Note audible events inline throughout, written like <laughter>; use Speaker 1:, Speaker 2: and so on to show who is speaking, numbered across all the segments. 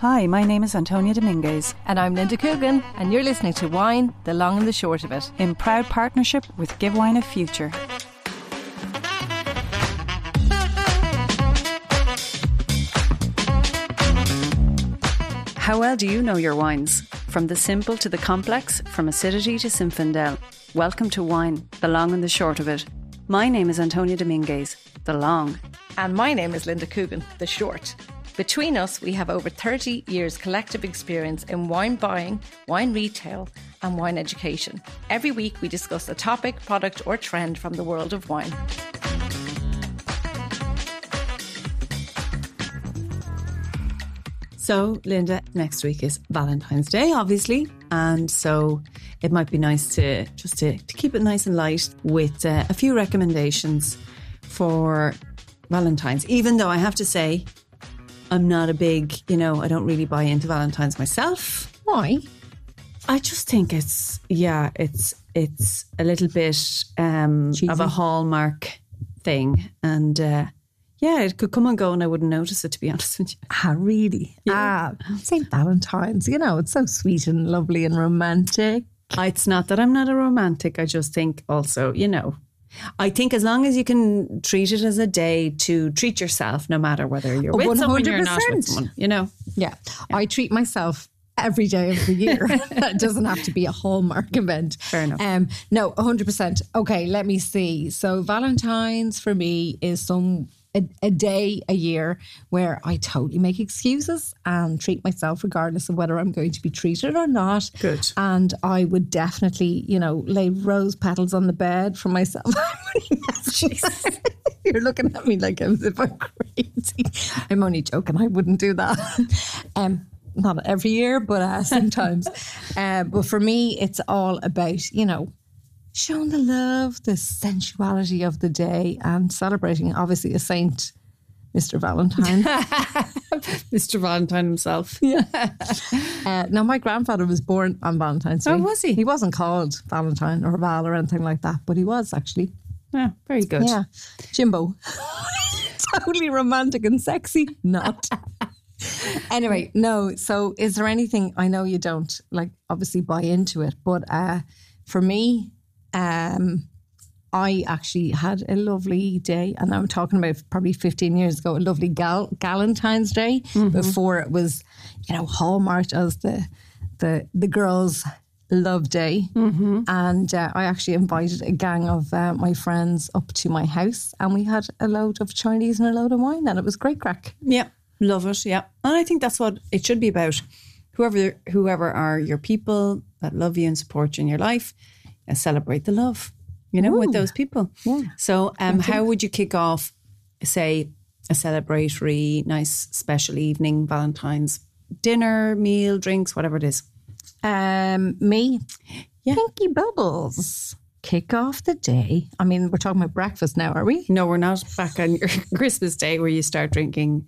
Speaker 1: Hi, my name is Antonia Dominguez,
Speaker 2: And I'm Linda Coogan, and you're listening to Wine, the Long and the Short of It.
Speaker 1: in proud partnership with Give Wine a Future. How well do you know your wines? From the simple to the complex, from acidity to Zinfandel. Welcome to Wine, the long and the short of it. My name is Antonia Dominguez, the long.
Speaker 2: And my name is Linda Coogan, the Short. Between us, we have over 30 years' collective experience in wine buying, wine retail, and wine education. Every week, we discuss a topic, product, or trend from the world of wine.
Speaker 3: So, Linda, next week is Valentine's Day, obviously, and so it might be nice to just to, to keep it nice and light with uh, a few recommendations for Valentine's. Even though I have to say, I'm not a big, you know, I don't really buy into Valentine's myself. Why? I just think it's yeah, it's it's a little bit um, of a hallmark thing, and uh, yeah, it could come and go, and I wouldn't notice it to be <laughs> honest with you.
Speaker 4: Ah, really? Ah, St. Valentine's. You know, it's so sweet and lovely and romantic.
Speaker 3: It's not that I'm not a romantic. I just think also, you know, I think as long as you can treat it as a day to treat yourself, no matter whether you're with someone or not with
Speaker 4: 100%.
Speaker 3: someone, you <laughs> know.
Speaker 4: Yeah. I treat myself every day of the <laughs> year. that doesn't have to be a hallmark event. Fair
Speaker 3: enough.
Speaker 4: Um, no, 100%. Okay, let me see. So, Valentine's for me is some. A, a day a year where I totally make excuses and treat myself regardless of whether I'm going to be treated or not.
Speaker 3: Good.
Speaker 4: And I would definitely, you know, lay rose petals on the bed for myself. <laughs> You're looking at me like as if I'm crazy. I'm only joking. I wouldn't do that. <laughs> Um, not every year, but uh, sometimes. uh, but for me, it's all about, you know, showing the love, the sensuality of the day, and celebrating, obviously, a saint, Mr. Valentine.
Speaker 3: Mr. Valentine himself.
Speaker 4: Uh, now, my grandfather was born on Valentine's Day.
Speaker 3: Oh, was he?
Speaker 4: He wasn't called Valentine or Val or anything like that, but he was actually.
Speaker 3: Yeah, very good.
Speaker 4: Yeah. Jimbo. <laughs> totally romantic and sexy.
Speaker 3: <laughs>
Speaker 4: Not. anyway, no. So, is there anything I know you don't like obviously buy into it, but uh, for me, um, I actually had a lovely day, and I'm talking about probably 15 years ago, a lovely gal- Galentine's Day before it was, you know, hallmarked as the the the girls' love day. And uh, I actually invited a gang of uh, my friends up to my house, and we had a load of Chinese and a load of wine, and it was great crack.
Speaker 3: Yeah, love it. Yeah, and I think that's what it should be about. Whoever, whoever are your people that love you and support you in your life, and celebrate the love, you know, with those people. Yeah. So, um, how would you kick off, say, a celebratory, nice, special evening, Valentine's dinner, meal, drinks, whatever it is?
Speaker 4: Um, me, Pinky Bubbles. Kick off the day. I mean, we're talking about breakfast now, are we?
Speaker 3: No, we're not back on your <laughs> Christmas day where you start drinking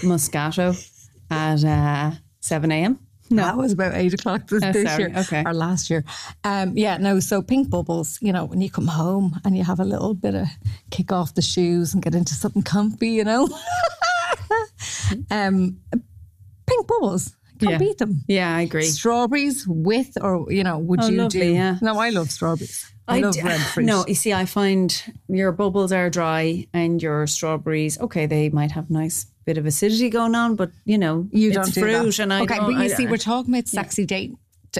Speaker 3: Moscato at uh, seven a.m.
Speaker 4: No, that was about eight o'clock this,
Speaker 3: Oh,
Speaker 4: this
Speaker 3: sorry.
Speaker 4: year
Speaker 3: Okay.
Speaker 4: or last year. Um, yeah, no. So pink bubbles. You know, when you come home and you have a little bit of kick off the shoes and get into something comfy,
Speaker 3: <laughs>
Speaker 4: you know. um, pink bubbles. Can't
Speaker 3: Yeah.
Speaker 4: beat them.
Speaker 3: Yeah, I agree.
Speaker 4: Strawberries with, or you know, would
Speaker 3: Oh,
Speaker 4: you
Speaker 3: lovely,
Speaker 4: do?
Speaker 3: yeah.
Speaker 4: No, I love strawberries. I, love
Speaker 3: d-
Speaker 4: red
Speaker 3: <sighs> <laughs>
Speaker 4: fruit.
Speaker 3: No, you see, I find your bubbles are dry and your strawberries. Okay, they might have nice bit of acidity going on, but you know,
Speaker 4: you
Speaker 3: it's
Speaker 4: don't do
Speaker 3: fruit,
Speaker 4: that.
Speaker 3: and I
Speaker 4: okay,
Speaker 3: don't-
Speaker 4: but you
Speaker 3: I-
Speaker 4: see, we're talking about sexy date.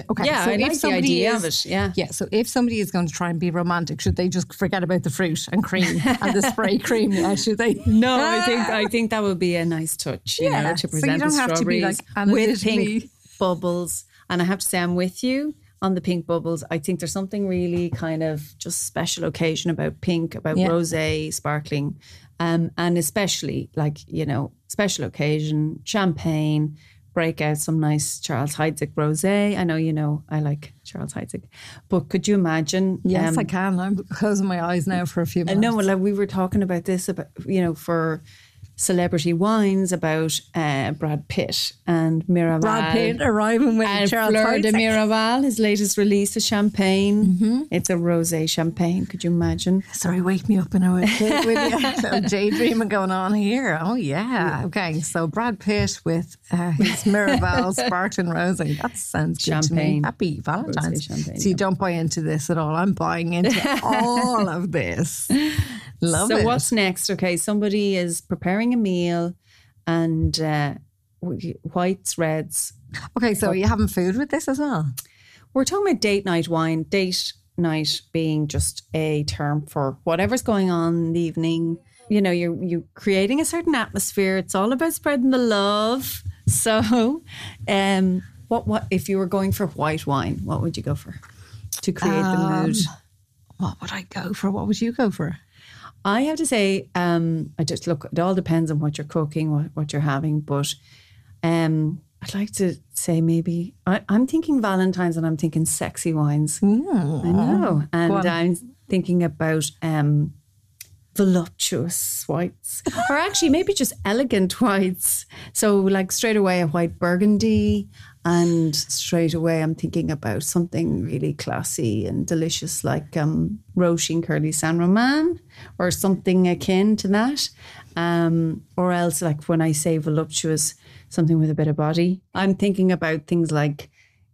Speaker 4: Okay,
Speaker 3: Yeah,
Speaker 4: so
Speaker 3: I
Speaker 4: if
Speaker 3: like the
Speaker 4: somebody
Speaker 3: idea
Speaker 4: is,
Speaker 3: of it, yeah.
Speaker 4: yeah. So if somebody is going to try and be romantic, should they just forget about the fruit and cream and the
Speaker 3: <laughs>
Speaker 4: spray cream? Yeah, should they?
Speaker 3: No,
Speaker 4: <laughs>
Speaker 3: I think I think that would be a nice touch. You
Speaker 4: Ah. Yeah,
Speaker 3: know, to
Speaker 4: so you
Speaker 3: present the
Speaker 4: don't have to be,
Speaker 3: strawberries
Speaker 4: like,
Speaker 3: with pink
Speaker 4: analytically-
Speaker 3: bubbles. And I have to say, I'm with you on the pink bubbles. I think there's something really kind of just special occasion about pink, about
Speaker 4: Yeah.
Speaker 3: rosé, sparkling, um, and especially like you know, special occasion champagne. Break out some nice Charles Heidsieck rosé. I know you know I like Charles Heidsieck, but could you imagine?
Speaker 4: Yes,
Speaker 3: um,
Speaker 4: I can. I'm closing my eyes now for a few minutes.
Speaker 3: no, well, like we were talking about this about you know for celebrity wines about uh, Brad Pitt and Miraval.
Speaker 4: Brad Pitt arriving with
Speaker 3: And
Speaker 4: Charles
Speaker 3: Fleur de
Speaker 4: Heidsack.
Speaker 3: Miraval, his latest release is champagne.
Speaker 4: Mm-hmm.
Speaker 3: It's a rosé champagne. Could you imagine?
Speaker 4: Sorry, wake me up in <laughs> a with you. So daydreaming going on here. Oh yeah. Okay. So Brad Pitt with uh, <laughs> his Miraval sparkling rosé. That sounds good to me.
Speaker 3: Champagne.
Speaker 4: Happy Valentine's.
Speaker 3: Rosé champagne,
Speaker 4: so you don't buy into this at all. I'm buying <laughs> into all of this. Love
Speaker 3: so
Speaker 4: it.
Speaker 3: what's next? Okay, somebody is preparing a meal, and uh, wh- whites, reds.
Speaker 4: okay. So are you having food with this as well?
Speaker 3: We're talking about date night wine. Date night being just a term for whatever's going on in the evening. You know, you're you creating a certain atmosphere. It's all about spreading the love. <laughs> So, um, what what if you were going for white wine? What would you go for to create the mood?
Speaker 4: What would I go for? What would you go for?
Speaker 3: I have to say, um, I just look. It all depends on what you're cooking, what, what you're having. But um, I'd like to say maybe I, I'm thinking Valentine's, and I'm thinking sexy wines. I know, and I'm thinking about um, voluptuous whites, or actually maybe just elegant whites. So like straight away a white Burgundy, and straight away I'm thinking about something really classy and delicious, like um, Roching Curly San Roman, or something akin to that. Um, or else, like when I say voluptuous, something with a bit of body. I'm thinking about things like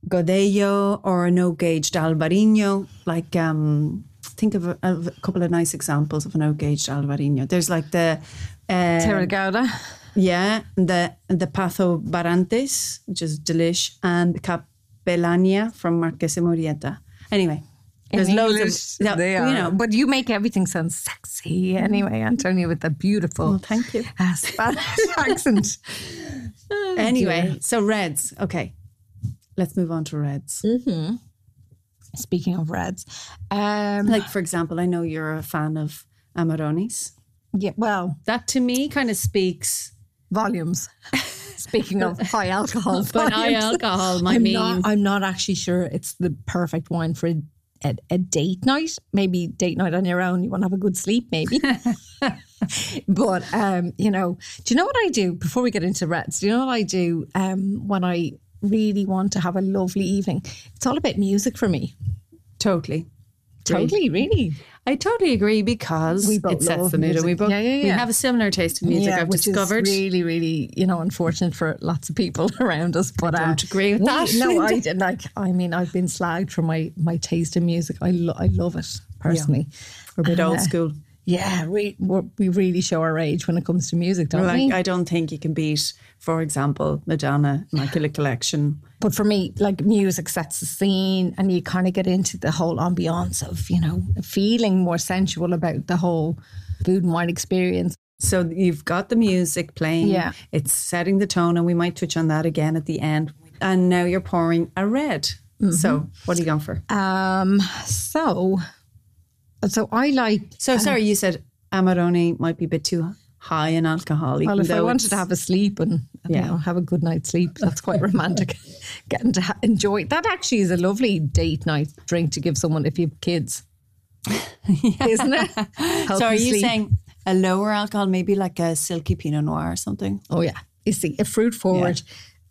Speaker 3: Godello or a no gauged Albarino. Like, um, think of a, of a couple of nice examples of an no gauged Albarino. There's like the. Uh,
Speaker 4: Terragouda.
Speaker 3: yeah, the the Pazo Barantes, which is delish, and the Capellania from Marques de Morieta. Anyway, there's
Speaker 4: In
Speaker 3: loads
Speaker 4: English,
Speaker 3: of yeah,
Speaker 4: they
Speaker 3: you
Speaker 4: are.
Speaker 3: know.
Speaker 4: But you make everything sound sexy anyway, Antonio, with the beautiful.
Speaker 3: Well, thank you.
Speaker 4: uh, <laughs> Spanish accent. Oh,
Speaker 3: Anyway, so reds. Okay, let's move on to reds.
Speaker 4: Mm-hmm. Speaking of reds, um,
Speaker 3: Like for example, I know you're a fan of Amarones.
Speaker 4: yeah, well,
Speaker 3: That to me kind of speaks.
Speaker 4: volumes. Speaking
Speaker 3: <laughs>
Speaker 4: of high alcohol,
Speaker 3: But high
Speaker 4: volumes.
Speaker 3: alcohol, I
Speaker 4: I'm
Speaker 3: mean.
Speaker 4: not, I'm not actually sure it's the perfect wine for a, a, a date night. Maybe date night on your own. You want to have a good sleep,
Speaker 3: <laughs>
Speaker 4: maybe. but um, you know, do you know what I do before we get into reds? Do you know what I do um, when I really want to have a lovely evening? It's all about music for me.
Speaker 3: Totally.
Speaker 4: Totally, really.
Speaker 3: I totally agree because
Speaker 4: We both
Speaker 3: it sets
Speaker 4: love
Speaker 3: the mood. and We
Speaker 4: music.
Speaker 3: both
Speaker 4: Yeah, yeah,
Speaker 3: we
Speaker 4: yeah.
Speaker 3: have a similar taste in music. I've
Speaker 4: which is
Speaker 3: discovered.
Speaker 4: really, really, you know, unfortunate for lots of people <laughs> around us. But I
Speaker 3: don't agree with that, <laughs>
Speaker 4: No, I
Speaker 3: Linda.
Speaker 4: didn't. Like, I mean, I've been slagged for my my taste in music. I lo- I love it personally. uh,
Speaker 3: We're a bit old school.
Speaker 4: Yeah, we we're, we really show our age when it comes to music, don't
Speaker 3: Like
Speaker 4: we?
Speaker 3: I don't think you can beat, for example, Madonna, Immaculate Collection.
Speaker 4: but for me, like music sets the scene, and you kind of get into the whole ambiance of you know feeling more sensual about the whole food and wine experience.
Speaker 3: So you've got the music playing.
Speaker 4: Yeah.
Speaker 3: It's setting the tone, and we might touch on that again at the end. And now you're pouring a red.
Speaker 4: Mm-hmm.
Speaker 3: So what are you going for?
Speaker 4: Um, so, so I like
Speaker 3: so sorry, you said Amarone might be a bit too high in alcohol.
Speaker 4: Well,
Speaker 3: even
Speaker 4: if I
Speaker 3: though
Speaker 4: wanted to
Speaker 3: it's-
Speaker 4: have a sleep and
Speaker 3: Yeah.
Speaker 4: you know have a good night's sleep, that's
Speaker 3: <laughs>
Speaker 4: quite romantic. Getting to ha- enjoy that actually is a lovely date night drink to give someone if you have
Speaker 3: <laughs>
Speaker 4: kids, isn't it? Help
Speaker 3: so are you
Speaker 4: sleep.
Speaker 3: saying a lower alcohol, maybe like a silky Pinot Noir or something?
Speaker 4: Oh yeah, you see, a fruit forward.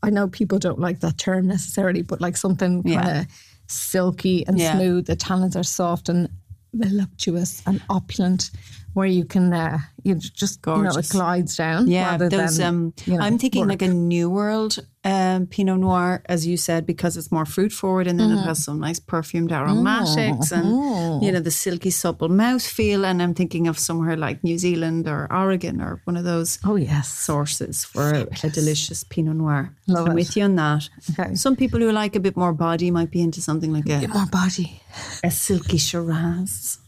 Speaker 4: I know people don't like that term necessarily, but like something kind
Speaker 3: Yeah.
Speaker 4: of silky and
Speaker 3: Yeah.
Speaker 4: smooth. The tannins are soft and voluptuous and opulent, where you can uh, you just you know it
Speaker 3: Gorgeous.
Speaker 4: glides down.
Speaker 3: Yeah,
Speaker 4: rather
Speaker 3: those.
Speaker 4: than,
Speaker 3: um,
Speaker 4: you know,
Speaker 3: I'm thinking
Speaker 4: work.
Speaker 3: like a New World um, Pinot Noir, as you said, because it's more fruit forward, and then it
Speaker 4: Mm-hmm.
Speaker 3: has some nice perfumed aromatics, and you know the silky supple mouthfeel. And I'm thinking of somewhere like New Zealand or Oregon or one of those
Speaker 4: Oh yes.
Speaker 3: sources for a, a delicious Pinot Noir.
Speaker 4: Love
Speaker 3: I'm
Speaker 4: it.
Speaker 3: with you on that.
Speaker 4: Okay.
Speaker 3: Some people who like a bit more body might be into something like a,
Speaker 4: more body.
Speaker 3: a silky Shiraz.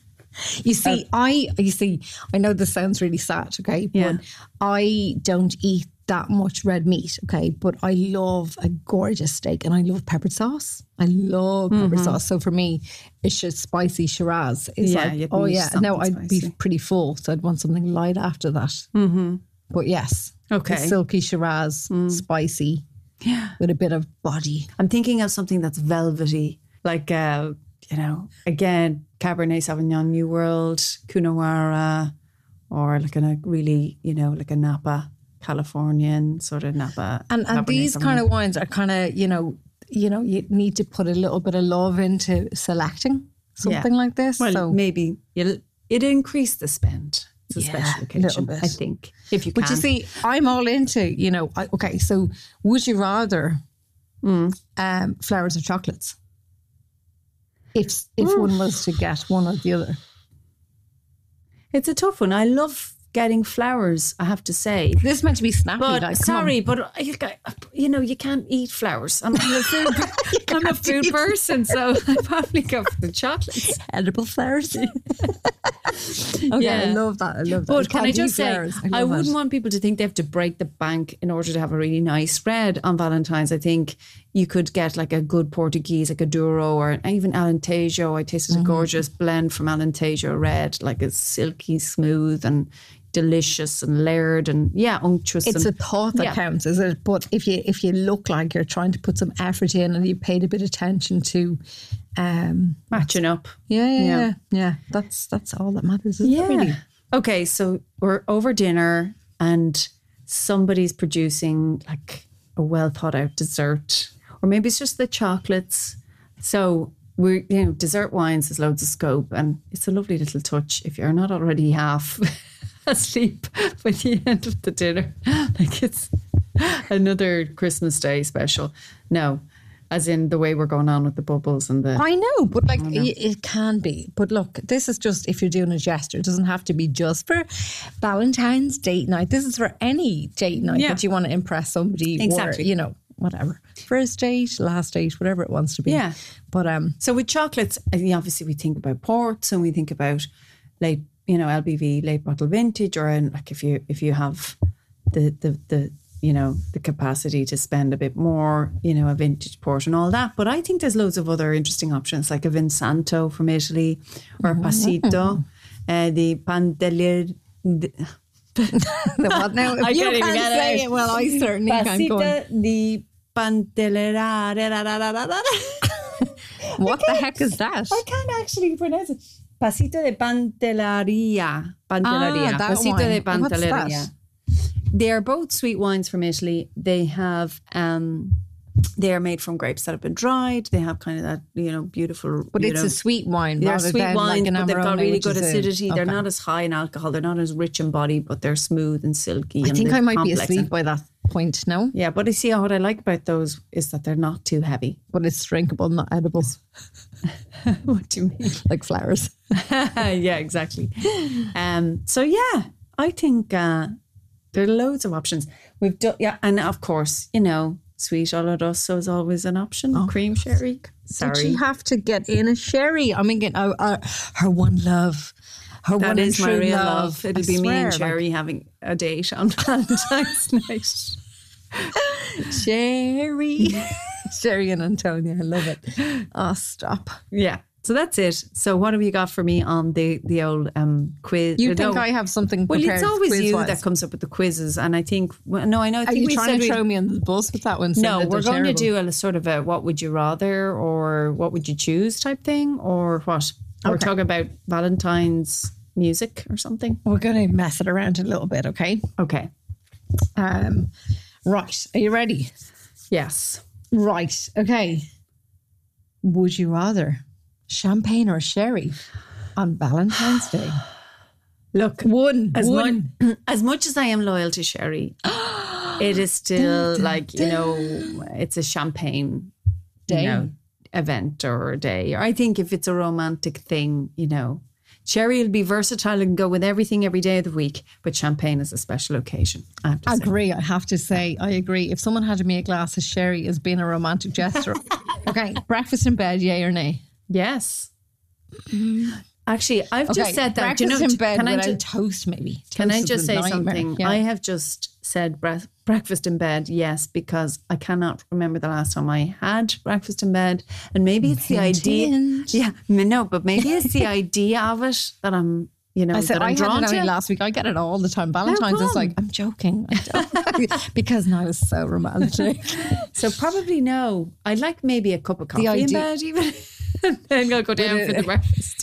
Speaker 4: You see, I you see, I know this sounds really sad, okay, but
Speaker 3: Yeah.
Speaker 4: I don't eat that much red meat, okay, but I love a gorgeous steak and I love peppered sauce. I love peppered
Speaker 3: Mm-hmm.
Speaker 4: sauce. So for me, it's just spicy Shiraz. It's
Speaker 3: Yeah,
Speaker 4: like,
Speaker 3: you'd
Speaker 4: oh
Speaker 3: need
Speaker 4: yeah, no,
Speaker 3: something
Speaker 4: I'd be
Speaker 3: spicy.
Speaker 4: pretty full, so I'd want something light after that. Mm-hmm. But yes,
Speaker 3: Okay. Mm.
Speaker 4: a silky Shiraz, spicy, yeah, with a bit of body.
Speaker 3: I'm thinking of something that's velvety, like uh, you know, again, Cabernet Sauvignon, New World, Cunawara, or like in a really, you know, like a Napa, Californian sort of Napa.
Speaker 4: And and
Speaker 3: Cabernet
Speaker 4: these
Speaker 3: Sauvignon.
Speaker 4: kind of wines are kind of you know you know you need to put a little bit of love into selecting something like this.
Speaker 3: well,
Speaker 4: so
Speaker 3: maybe you'll, it'd increase the spend. It's a special
Speaker 4: a
Speaker 3: occasion,
Speaker 4: little bit.
Speaker 3: I think, if you can.
Speaker 4: But you see, I'm all into, you know, I, okay, so would you rather
Speaker 3: Hmm.
Speaker 4: um, flowers or chocolates? If if one was to get one or the other.
Speaker 3: it's a tough one. I love getting flowers, I have to say.
Speaker 4: This is meant to be snappy.
Speaker 3: But
Speaker 4: like, come on.
Speaker 3: sorry, but I, I- you know you can't eat flowers. I'm a food, <laughs> I'm a food person, so <laughs> I probably go for the <laughs> chocolates.
Speaker 4: edible <laughs> flowers. okay, I
Speaker 3: Yeah.
Speaker 4: love that. I love that.
Speaker 3: But can I
Speaker 4: Candy
Speaker 3: just say,
Speaker 4: flowers,
Speaker 3: I,
Speaker 4: love
Speaker 3: wouldn't
Speaker 4: it.
Speaker 3: want people to think they have to break the bank in order to have a really nice spread on Valentine's. I think you could get like a good Portuguese, like a Douro or even Alentejo. I tasted
Speaker 4: Mm-hmm.
Speaker 3: a gorgeous blend from Alentejo Red, like it's silky smooth and delicious and layered and yeah, unctuous.
Speaker 4: It's a
Speaker 3: and,
Speaker 4: thought that
Speaker 3: yeah.
Speaker 4: counts, is it? But if you if you look like you're trying to put some effort in and you paid a bit of attention to, um,
Speaker 3: matching up.
Speaker 4: yeah, yeah, yeah,
Speaker 3: Yeah.
Speaker 4: yeah. that's that's all that matters. Isn't it,
Speaker 3: Yeah.
Speaker 4: really?
Speaker 3: Okay, so we're over dinner and somebody's producing like a well thought out dessert, or maybe it's just the chocolates. So we're you know dessert wines there's loads of scope, and it's a lovely little touch if you're not already half <laughs> asleep <laughs> by the end of the dinner, <laughs> like it's another Christmas Day special. No, as in the way we're going on with the bubbles and the
Speaker 4: I know, but like i- it can be. But look, this is just if you're doing a gesture. It doesn't have to be just for Valentine's date night. This is for any date night
Speaker 3: Yeah.
Speaker 4: that you want to impress somebody. Or,
Speaker 3: Exactly.
Speaker 4: you know, whatever. First date, last date, whatever it wants to be.
Speaker 3: Yeah.
Speaker 4: But um,
Speaker 3: So with chocolates, I mean, obviously we think about ports and we think about late, you know, LBV late bottle vintage, or in, like if you if you have the the the you know the capacity to spend a bit more, you know, a vintage port and all that. But I think there's loads of other interesting options, like a Vinsanto from Italy or a
Speaker 4: Mm-hmm.
Speaker 3: Passito, uh, the Pandelier.
Speaker 4: the what now? If
Speaker 3: <laughs> I
Speaker 4: you
Speaker 3: can't even
Speaker 4: can't
Speaker 3: get it
Speaker 4: say
Speaker 3: out.
Speaker 4: it. Well, I certainly can't go. on.
Speaker 3: Passito di Pandelera. <laughs>
Speaker 4: What the heck is that?
Speaker 3: I can't actually pronounce it. Pasito de Pantelleria. Pantelleria.
Speaker 4: Ah, that
Speaker 3: Pasito
Speaker 4: one.
Speaker 3: de
Speaker 4: What's that?
Speaker 3: Pantelleria. They are both sweet wines from Italy. They have, um, they are made from grapes that have been dried. They have kind of that, you know, beautiful.
Speaker 4: But
Speaker 3: you
Speaker 4: it's
Speaker 3: know,
Speaker 4: a sweet wine.
Speaker 3: they're
Speaker 4: rather
Speaker 3: sweet
Speaker 4: than
Speaker 3: wines,
Speaker 4: like an
Speaker 3: but they've got
Speaker 4: Amarone,
Speaker 3: really
Speaker 4: which
Speaker 3: good
Speaker 4: is a-
Speaker 3: acidity. They're
Speaker 4: okay.
Speaker 3: not as high in alcohol. They're not as rich in body, but they're smooth and silky.
Speaker 4: I
Speaker 3: and
Speaker 4: think
Speaker 3: they're
Speaker 4: I might be
Speaker 3: complex and-
Speaker 4: asleep by that point. No,
Speaker 3: yeah, but I see what I like about those is that they're not too heavy.
Speaker 4: <laughs> but it's drinkable, not edible,
Speaker 3: what do you mean?
Speaker 4: like flowers.
Speaker 3: <laughs> Uh, yeah, exactly. Um, so yeah, I think uh, there are loads of options. We've done, yeah, and of course, you know, sweet oloroso is always an option. Cream sherry.
Speaker 4: Did
Speaker 3: Sorry,
Speaker 4: she have to get in a sherry? I mean, get, uh, uh, her one love. Her
Speaker 3: that
Speaker 4: one
Speaker 3: is
Speaker 4: and
Speaker 3: my
Speaker 4: true
Speaker 3: real
Speaker 4: love.
Speaker 3: love. It'll
Speaker 4: I
Speaker 3: be me
Speaker 4: swear,
Speaker 3: and Sherry having a date
Speaker 4: <laughs>
Speaker 3: on Valentine's night.
Speaker 4: Like, sherry.
Speaker 3: <laughs>
Speaker 4: sherry and Antonia. I love it. Oh, stop.
Speaker 3: Yeah. So that's it. So what have you got for me on the the old um quiz?
Speaker 4: You
Speaker 3: uh,
Speaker 4: think
Speaker 3: no.
Speaker 4: I have something
Speaker 3: Well,
Speaker 4: prepared?
Speaker 3: it's always you
Speaker 4: quiz-wise?
Speaker 3: that comes up with the quizzes, and I think well, no, I know. I
Speaker 4: Are
Speaker 3: think
Speaker 4: you
Speaker 3: we
Speaker 4: trying
Speaker 3: said
Speaker 4: to
Speaker 3: we-
Speaker 4: throw me under the bus with that one? saying
Speaker 3: No,
Speaker 4: that
Speaker 3: we're
Speaker 4: they're
Speaker 3: going to
Speaker 4: terrible?
Speaker 3: do a sort of a what would you rather or what would you choose type thing or what? We're
Speaker 4: Okay.
Speaker 3: talking about Valentine's music or something.
Speaker 4: We're going to mess it around a little bit, okay?
Speaker 3: Okay.
Speaker 4: Um, right. Are you ready?
Speaker 3: Yes.
Speaker 4: Right. Okay. Would you rather champagne or sherry on Valentine's Day?
Speaker 3: <gasps> Look,
Speaker 4: One.
Speaker 3: as,
Speaker 4: one.
Speaker 3: mu- <clears throat> as much as I am loyal to <gasps> Sherry, it is still like, you know, it's a champagne
Speaker 4: Day.
Speaker 3: You know, event or a day. Or I think if it's a romantic thing, you know, Sherry will be versatile and go with everything every day of the week, but champagne is a special occasion. I have to
Speaker 4: I
Speaker 3: say.
Speaker 4: agree. I have to say, I agree. If someone handed me a glass of sherry as being a
Speaker 3: <laughs>
Speaker 4: romantic gesture, okay, breakfast in bed, yay or nay?
Speaker 3: Yes. Actually, I've
Speaker 4: Mm-hmm. Okay,
Speaker 3: just said that. Do
Speaker 4: Breakfast
Speaker 3: you know,
Speaker 4: in bed
Speaker 3: can I
Speaker 4: without
Speaker 3: just,
Speaker 4: toast, maybe.
Speaker 3: can
Speaker 4: Toast
Speaker 3: I
Speaker 4: is
Speaker 3: just
Speaker 4: a
Speaker 3: say
Speaker 4: nightmare.
Speaker 3: something?
Speaker 4: Yeah.
Speaker 3: I have just said breath, breakfast in bed, yes, because I cannot remember the last time I had breakfast in bed, and maybe it's the
Speaker 4: Hint,
Speaker 3: idea.
Speaker 4: hint.
Speaker 3: Yeah, m- no, but maybe it's the idea of it that I'm, you know,
Speaker 4: I said
Speaker 3: that I'm
Speaker 4: I had it
Speaker 3: drawn
Speaker 4: only
Speaker 3: to.
Speaker 4: last week. I get it all the time. Valentine's is like, I'm joking. I'm
Speaker 3: <laughs>
Speaker 4: joking. because now it's so romantic. <laughs>
Speaker 3: So probably no. I'd like maybe a cup of coffee in <laughs>
Speaker 4: idea-
Speaker 3: bed, even, and then I'll go down for the breakfast.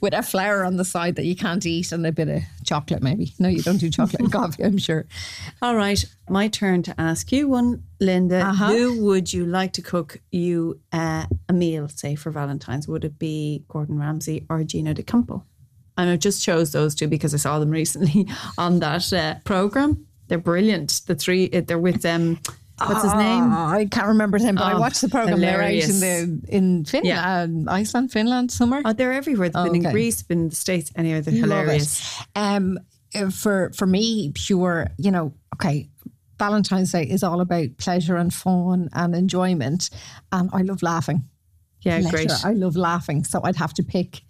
Speaker 4: with a flower on the side that you can't eat and a bit of chocolate, maybe. No, you don't do
Speaker 3: <laughs>
Speaker 4: chocolate and coffee, I'm sure.
Speaker 3: All right, my turn to ask you one, Linda.
Speaker 4: Uh-huh.
Speaker 3: Who would you like to cook you uh, a meal, say for Valentine's? Would it be Gordon Ramsay or Gino De Campo? And I just chose those two because I saw them <laughs> recently on that uh, program. They're brilliant. The three, uh, they're with um, what's his name?
Speaker 4: Oh, I can't remember them, but I
Speaker 3: Oh,
Speaker 4: watched the program they're out in
Speaker 3: hilarious.
Speaker 4: the in Finland, Iceland, Finland, somewhere.
Speaker 3: Oh, they're everywhere. They've been in
Speaker 4: okay.
Speaker 3: Greece, been in the States. Anyway, they're
Speaker 4: Love it.
Speaker 3: hilarious.
Speaker 4: Um, uh, for for me, pure, you know, okay. Valentine's Day is all about pleasure and fun and enjoyment, and I love laughing.
Speaker 3: Yeah,
Speaker 4: Pleasure.
Speaker 3: great.
Speaker 4: I love laughing, so I'd have to pick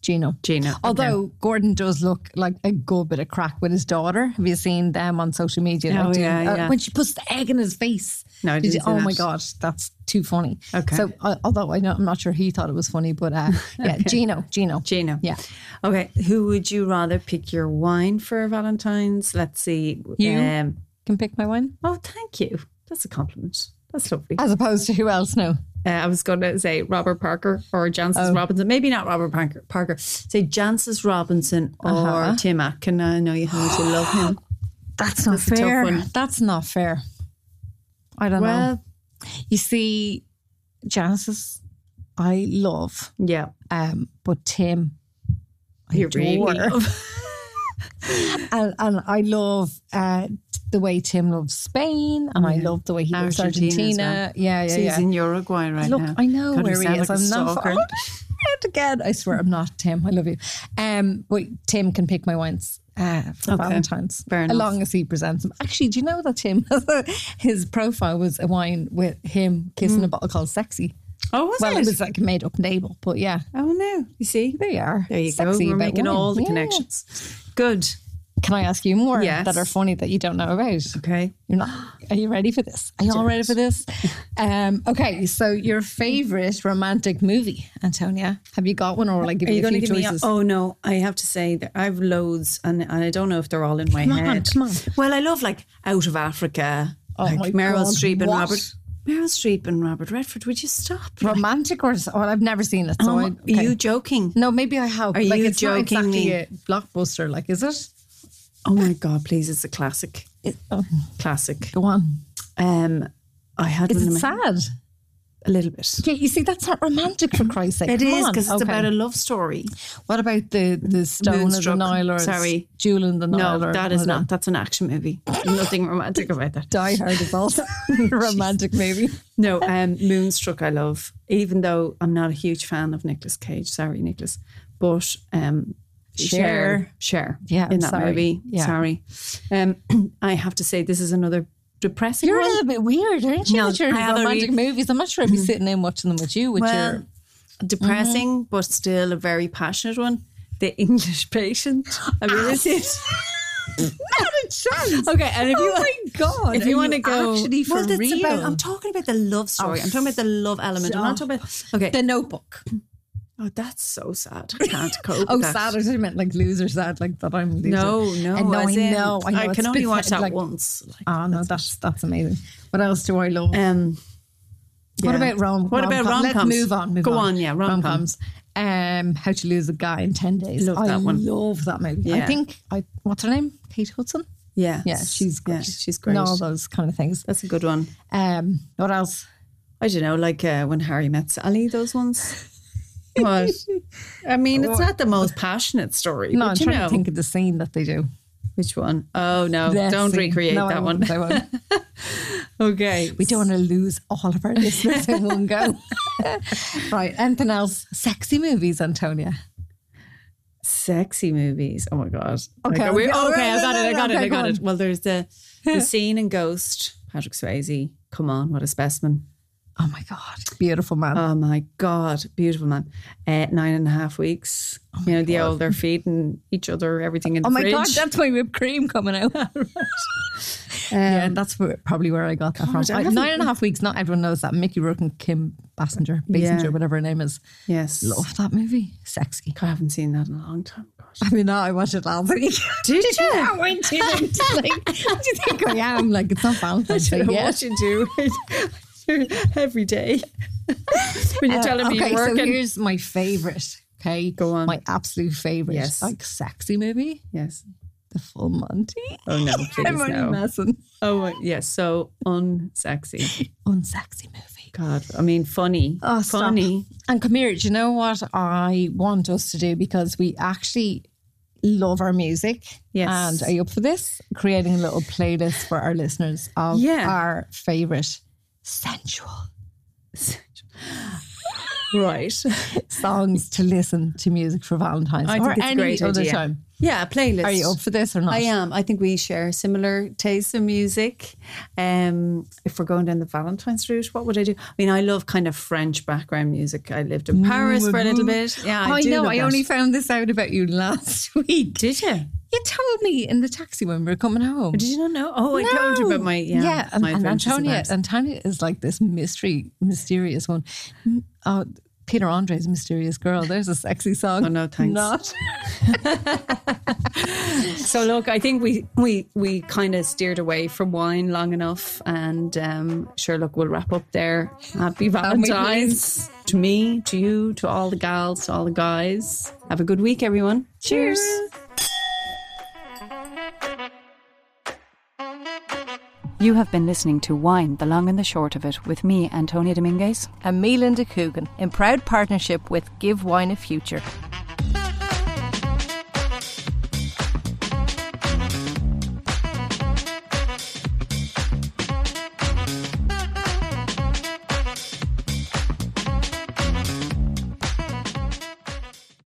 Speaker 4: Gino.
Speaker 3: Gino, okay.
Speaker 4: Although Gordon does look like a good bit of crack with his daughter. Have you seen them on social media?
Speaker 3: Oh,
Speaker 4: Like doing-
Speaker 3: yeah,
Speaker 4: uh,
Speaker 3: yeah.
Speaker 4: When she puts the egg in his face.
Speaker 3: No, I
Speaker 4: Did
Speaker 3: didn't
Speaker 4: you-
Speaker 3: see
Speaker 4: Oh my
Speaker 3: that.
Speaker 4: god, that's too funny.
Speaker 3: Okay.
Speaker 4: So uh, although I know, I'm not sure he thought it was funny,
Speaker 3: <laughs>
Speaker 4: but uh, yeah, Gino, Gino,
Speaker 3: Gino.
Speaker 4: Yeah.
Speaker 3: Okay. Who would you rather pick your wine for Valentine's? Let's see.
Speaker 4: You?
Speaker 3: Um,
Speaker 4: can pick my one.
Speaker 3: oh, thank you. That's a compliment. That's lovely.
Speaker 4: As opposed to who else? No.
Speaker 3: Uh, I was going to say Robert Parker or Jancis Robinson. Maybe not Robert Parker. Parker. Say Jancis Robinson or Tim Atkin. I know you how much you love him.
Speaker 4: That's not
Speaker 3: a tough
Speaker 4: fair.
Speaker 3: one.
Speaker 4: That's not fair. I don't know.
Speaker 3: Well,
Speaker 4: You see, Genesis, I love,
Speaker 3: <gasps> yeah.
Speaker 4: um, but Tim, I
Speaker 3: You really
Speaker 4: adore.
Speaker 3: love-
Speaker 4: <laughs> and, and I love uh, the way Tim loves Spain, and I love the way he loves
Speaker 3: Argentina
Speaker 4: Argentina.
Speaker 3: as
Speaker 4: Yeah, yeah,
Speaker 3: So he's
Speaker 4: yeah.
Speaker 3: in Uruguay right
Speaker 4: Look,
Speaker 3: now.
Speaker 4: I know
Speaker 3: God, you
Speaker 4: where he
Speaker 3: sound
Speaker 4: is.
Speaker 3: like a
Speaker 4: I'm not <laughs>
Speaker 3: stalker.
Speaker 4: far. Yet again, I swear I'm not Tim. I love you. Um, but Tim can pick my wines uh, for
Speaker 3: Okay.
Speaker 4: Valentine's,
Speaker 3: Fair enough.
Speaker 4: as long as he presents them. Actually, do you know that Tim, <laughs> his profile was a wine with him kissing a bottle called Sexy.
Speaker 3: Oh, was
Speaker 4: well,
Speaker 3: Mm. it?
Speaker 4: it was like a made up label, but yeah,
Speaker 3: oh, no. You see?
Speaker 4: there you are.
Speaker 3: There you
Speaker 4: Sexy
Speaker 3: go. We're
Speaker 4: about
Speaker 3: making
Speaker 4: wine.
Speaker 3: all the
Speaker 4: Yeah.
Speaker 3: connections. Good.
Speaker 4: Can I ask you more
Speaker 3: Yes.
Speaker 4: that are funny that you don't know about?
Speaker 3: Okay.
Speaker 4: You're not. Are you ready for this? Are you all ready for this?
Speaker 3: <laughs>
Speaker 4: Um, okay, so your favorite romantic movie, Antonia? Have you got one, or will I give
Speaker 3: Are
Speaker 4: you,
Speaker 3: you
Speaker 4: a
Speaker 3: going to
Speaker 4: few
Speaker 3: give
Speaker 4: choices?
Speaker 3: me? A, oh no, I have to say that I've loads, and, and I don't know if they're all in my
Speaker 4: Come on,
Speaker 3: head.
Speaker 4: come on.
Speaker 3: Well, I love like Out of Africa,
Speaker 4: Oh
Speaker 3: like
Speaker 4: my
Speaker 3: Meryl
Speaker 4: God,
Speaker 3: Streep and
Speaker 4: what?
Speaker 3: Robert. Meryl Streep and Robert Redford. Would you stop?
Speaker 4: romantic or well, I've never seen it. So
Speaker 3: Um,
Speaker 4: I,
Speaker 3: Are
Speaker 4: okay.
Speaker 3: you joking?
Speaker 4: No, maybe I have.
Speaker 3: Are
Speaker 4: like,
Speaker 3: you
Speaker 4: it's not
Speaker 3: joking
Speaker 4: exactly
Speaker 3: me?
Speaker 4: a blockbuster, like is it?
Speaker 3: Oh my God! Please, it's a classic.
Speaker 4: it oh,
Speaker 3: Classic.
Speaker 4: go on.
Speaker 3: Um, I had
Speaker 4: Is
Speaker 3: one in
Speaker 4: it
Speaker 3: my-
Speaker 4: sad?
Speaker 3: a little bit.
Speaker 4: Yeah, you see, that's not romantic for Christ's sake.
Speaker 3: It
Speaker 4: Come
Speaker 3: is
Speaker 4: on.
Speaker 3: because it's
Speaker 4: Okay.
Speaker 3: about a love story.
Speaker 4: What about the the Stone
Speaker 3: Moonstruck.
Speaker 4: of the Nile or
Speaker 3: Sorry.
Speaker 4: Jewel in the
Speaker 3: No,
Speaker 4: Nile? or
Speaker 3: that is
Speaker 4: whatever.
Speaker 3: not. That's an action movie. Nothing romantic about that.
Speaker 4: Die Hard is
Speaker 3: <laughs>
Speaker 4: also <laughs> a romantic movie.
Speaker 3: No, um, Moonstruck I love, even though I'm not a huge fan of Nicolas Cage. Sorry, Nicolas. But um, Cher.
Speaker 4: Cher.
Speaker 3: Cher.
Speaker 4: Yeah,
Speaker 3: in
Speaker 4: I'm
Speaker 3: that
Speaker 4: sorry.
Speaker 3: movie.
Speaker 4: Yeah.
Speaker 3: Sorry. Um, <clears throat> I have to say, this is another depressing
Speaker 4: You're a
Speaker 3: one.
Speaker 4: little bit weird, aren't you?
Speaker 3: No,
Speaker 4: with your
Speaker 3: I have a
Speaker 4: romantic movies. I'm not sure I'd be sitting in watching them with you. With
Speaker 3: Well,
Speaker 4: your
Speaker 3: depressing,
Speaker 4: Mm-hmm.
Speaker 3: but still a very passionate one. The English <laughs> Patient. I mean, is <laughs>
Speaker 4: <laughs>
Speaker 3: it?
Speaker 4: <laughs> not a
Speaker 3: <laughs>
Speaker 4: chance.
Speaker 3: Okay, and if you
Speaker 4: Oh my
Speaker 3: <laughs>
Speaker 4: god!
Speaker 3: if you
Speaker 4: are
Speaker 3: want to go,
Speaker 4: actually for
Speaker 3: well, that's
Speaker 4: real,
Speaker 3: about. I'm talking about the love story. I'm talking about the love element. I'm not talking about. Okay.
Speaker 4: The Notebook.
Speaker 3: oh, that's so sad. I
Speaker 4: <laughs>
Speaker 3: can't cope.
Speaker 4: Oh,
Speaker 3: with that.
Speaker 4: sad! I just meant like loser sad, like that I'm loser.
Speaker 3: No, no,
Speaker 4: and no,
Speaker 3: as
Speaker 4: I
Speaker 3: in,
Speaker 4: know, I know.
Speaker 3: I
Speaker 4: it's
Speaker 3: can only
Speaker 4: big-
Speaker 3: watch that
Speaker 4: like,
Speaker 3: once.
Speaker 4: Oh no, that's that's amazing. What else do I love?
Speaker 3: Um,
Speaker 4: What
Speaker 3: yeah.
Speaker 4: about rom?
Speaker 3: What about
Speaker 4: rom-com?
Speaker 3: rom
Speaker 4: Let's move on. Move
Speaker 3: Go on, yeah, rom coms.
Speaker 4: rom-coms. Um, How to Lose a Guy in Ten Days.
Speaker 3: Love
Speaker 4: I
Speaker 3: that one.
Speaker 4: love that movie.
Speaker 3: Yeah.
Speaker 4: I think I what's her name? Kate Hudson.
Speaker 3: Yeah,
Speaker 4: Yeah, she's great.
Speaker 3: Yeah, she's great.
Speaker 4: And all those kind of things.
Speaker 3: That's a good one.
Speaker 4: Um, what else?
Speaker 3: I don't know, like uh, when Harry met Sally, those
Speaker 4: <laughs>
Speaker 3: ones. what? I mean, it's not the most passionate story.
Speaker 4: No, I'm
Speaker 3: but you
Speaker 4: trying
Speaker 3: know
Speaker 4: to think of the scene that they do.
Speaker 3: which one? Oh no,
Speaker 4: The
Speaker 3: don't
Speaker 4: scene.
Speaker 3: recreate
Speaker 4: No, I
Speaker 3: that one.
Speaker 4: won't, I won't.
Speaker 3: <laughs> Okay,
Speaker 4: We don't want to lose all
Speaker 3: <laughs>
Speaker 4: of our listeners in one go. <laughs> right. Anything else? Sexy movies, Antonia.
Speaker 3: sexy movies. Oh my god.
Speaker 4: Okay,
Speaker 3: are we-
Speaker 4: okay,
Speaker 3: okay,
Speaker 4: okay,
Speaker 3: I got
Speaker 4: no,
Speaker 3: it. I
Speaker 4: no,
Speaker 3: got it. I
Speaker 4: okay,
Speaker 3: got
Speaker 4: go
Speaker 3: it. Well, there's the
Speaker 4: <laughs>
Speaker 3: the scene in Ghost. Patrick Swayze. Come on, what a specimen.
Speaker 4: Oh my God. Beautiful man.
Speaker 3: Oh my God, beautiful man. Uh, nine and a half weeks. you know, the old, they're feeding each other everything in the
Speaker 4: oh my
Speaker 3: fridge.
Speaker 4: God. That's my whipped cream coming out. <laughs> yeah, that's where, probably where I got that from.
Speaker 3: I
Speaker 4: Like, nine and a half weeks. Not everyone knows that. Mickey Rourke and Kim Bassinger, Basinger,
Speaker 3: Yeah.
Speaker 4: whatever her name is.
Speaker 3: Yes.
Speaker 4: Love that movie. Sexy.
Speaker 3: I haven't seen that in a long time.
Speaker 4: <laughs>
Speaker 3: Gosh.
Speaker 4: I mean, no, I watched it last week. <laughs>
Speaker 3: Did you?
Speaker 4: I went to it. Like, <laughs> what do you think I am? Like, it's not Valentine's Day yet.
Speaker 3: What you <laughs> do every day <laughs> when you're
Speaker 4: Uh,
Speaker 3: telling me
Speaker 4: okay,
Speaker 3: you're
Speaker 4: so
Speaker 3: working.
Speaker 4: here's my favorite. okay.
Speaker 3: Go on.
Speaker 4: My absolute favorite,
Speaker 3: Yes.
Speaker 4: like sexy movie,
Speaker 3: Yes.
Speaker 4: The Full Monty.
Speaker 3: Oh no, please
Speaker 4: <laughs> I'm only
Speaker 3: no.
Speaker 4: messing.
Speaker 3: Oh my- yes, so unsexy.
Speaker 4: Unsexy movie.
Speaker 3: God, I mean funny,
Speaker 4: Oh, stop.
Speaker 3: funny.
Speaker 4: <laughs> And come here, do you know what I want us to do? Because we actually love our music.
Speaker 3: Yes.
Speaker 4: And are you up for this? Creating a little playlist for our listeners of
Speaker 3: Yeah.
Speaker 4: our favorite sensual
Speaker 3: Right.
Speaker 4: songs to listen to music for Valentine's
Speaker 3: I
Speaker 4: or
Speaker 3: think it's a
Speaker 4: any
Speaker 3: great
Speaker 4: other
Speaker 3: idea.
Speaker 4: time.
Speaker 3: Yeah, a playlist.
Speaker 4: Are you up for this or not?
Speaker 3: I am. I think we share similar tastes in music. Um, if we're going down the Valentine's route, what would I do? I mean, I love kind of French background music. I lived in Paris for a little bit. Yeah, I,
Speaker 4: Mm-hmm. I
Speaker 3: do
Speaker 4: know.
Speaker 3: love
Speaker 4: I
Speaker 3: that.
Speaker 4: only found this out about you <laughs> last week.
Speaker 3: did you?
Speaker 4: You told me in the taxi when we were coming home.
Speaker 3: Did you not know? Oh, I told you about my yeah,
Speaker 4: and,
Speaker 3: my
Speaker 4: and
Speaker 3: adventures in
Speaker 4: Antonia,
Speaker 3: Paris.
Speaker 4: Antonia is like this mystery, mysterious one. Mm, Oh, Peter Andre's mysterious girl. There's a sexy song.
Speaker 3: Oh, no, thanks.
Speaker 4: Not
Speaker 3: So look, I think we we we kind of steered away from wine long enough, and um, sure, look, we'll wrap up there. Happy
Speaker 4: we please?
Speaker 3: Valentine's to me, to you, to all the gals, to all the guys. Have a good week, everyone. Cheers.
Speaker 1: You have been listening to Wine, the Long and the Short of It with me, Antonia Dominguez.
Speaker 2: And me, Linda Coogan, in proud partnership with Give Wine a Future.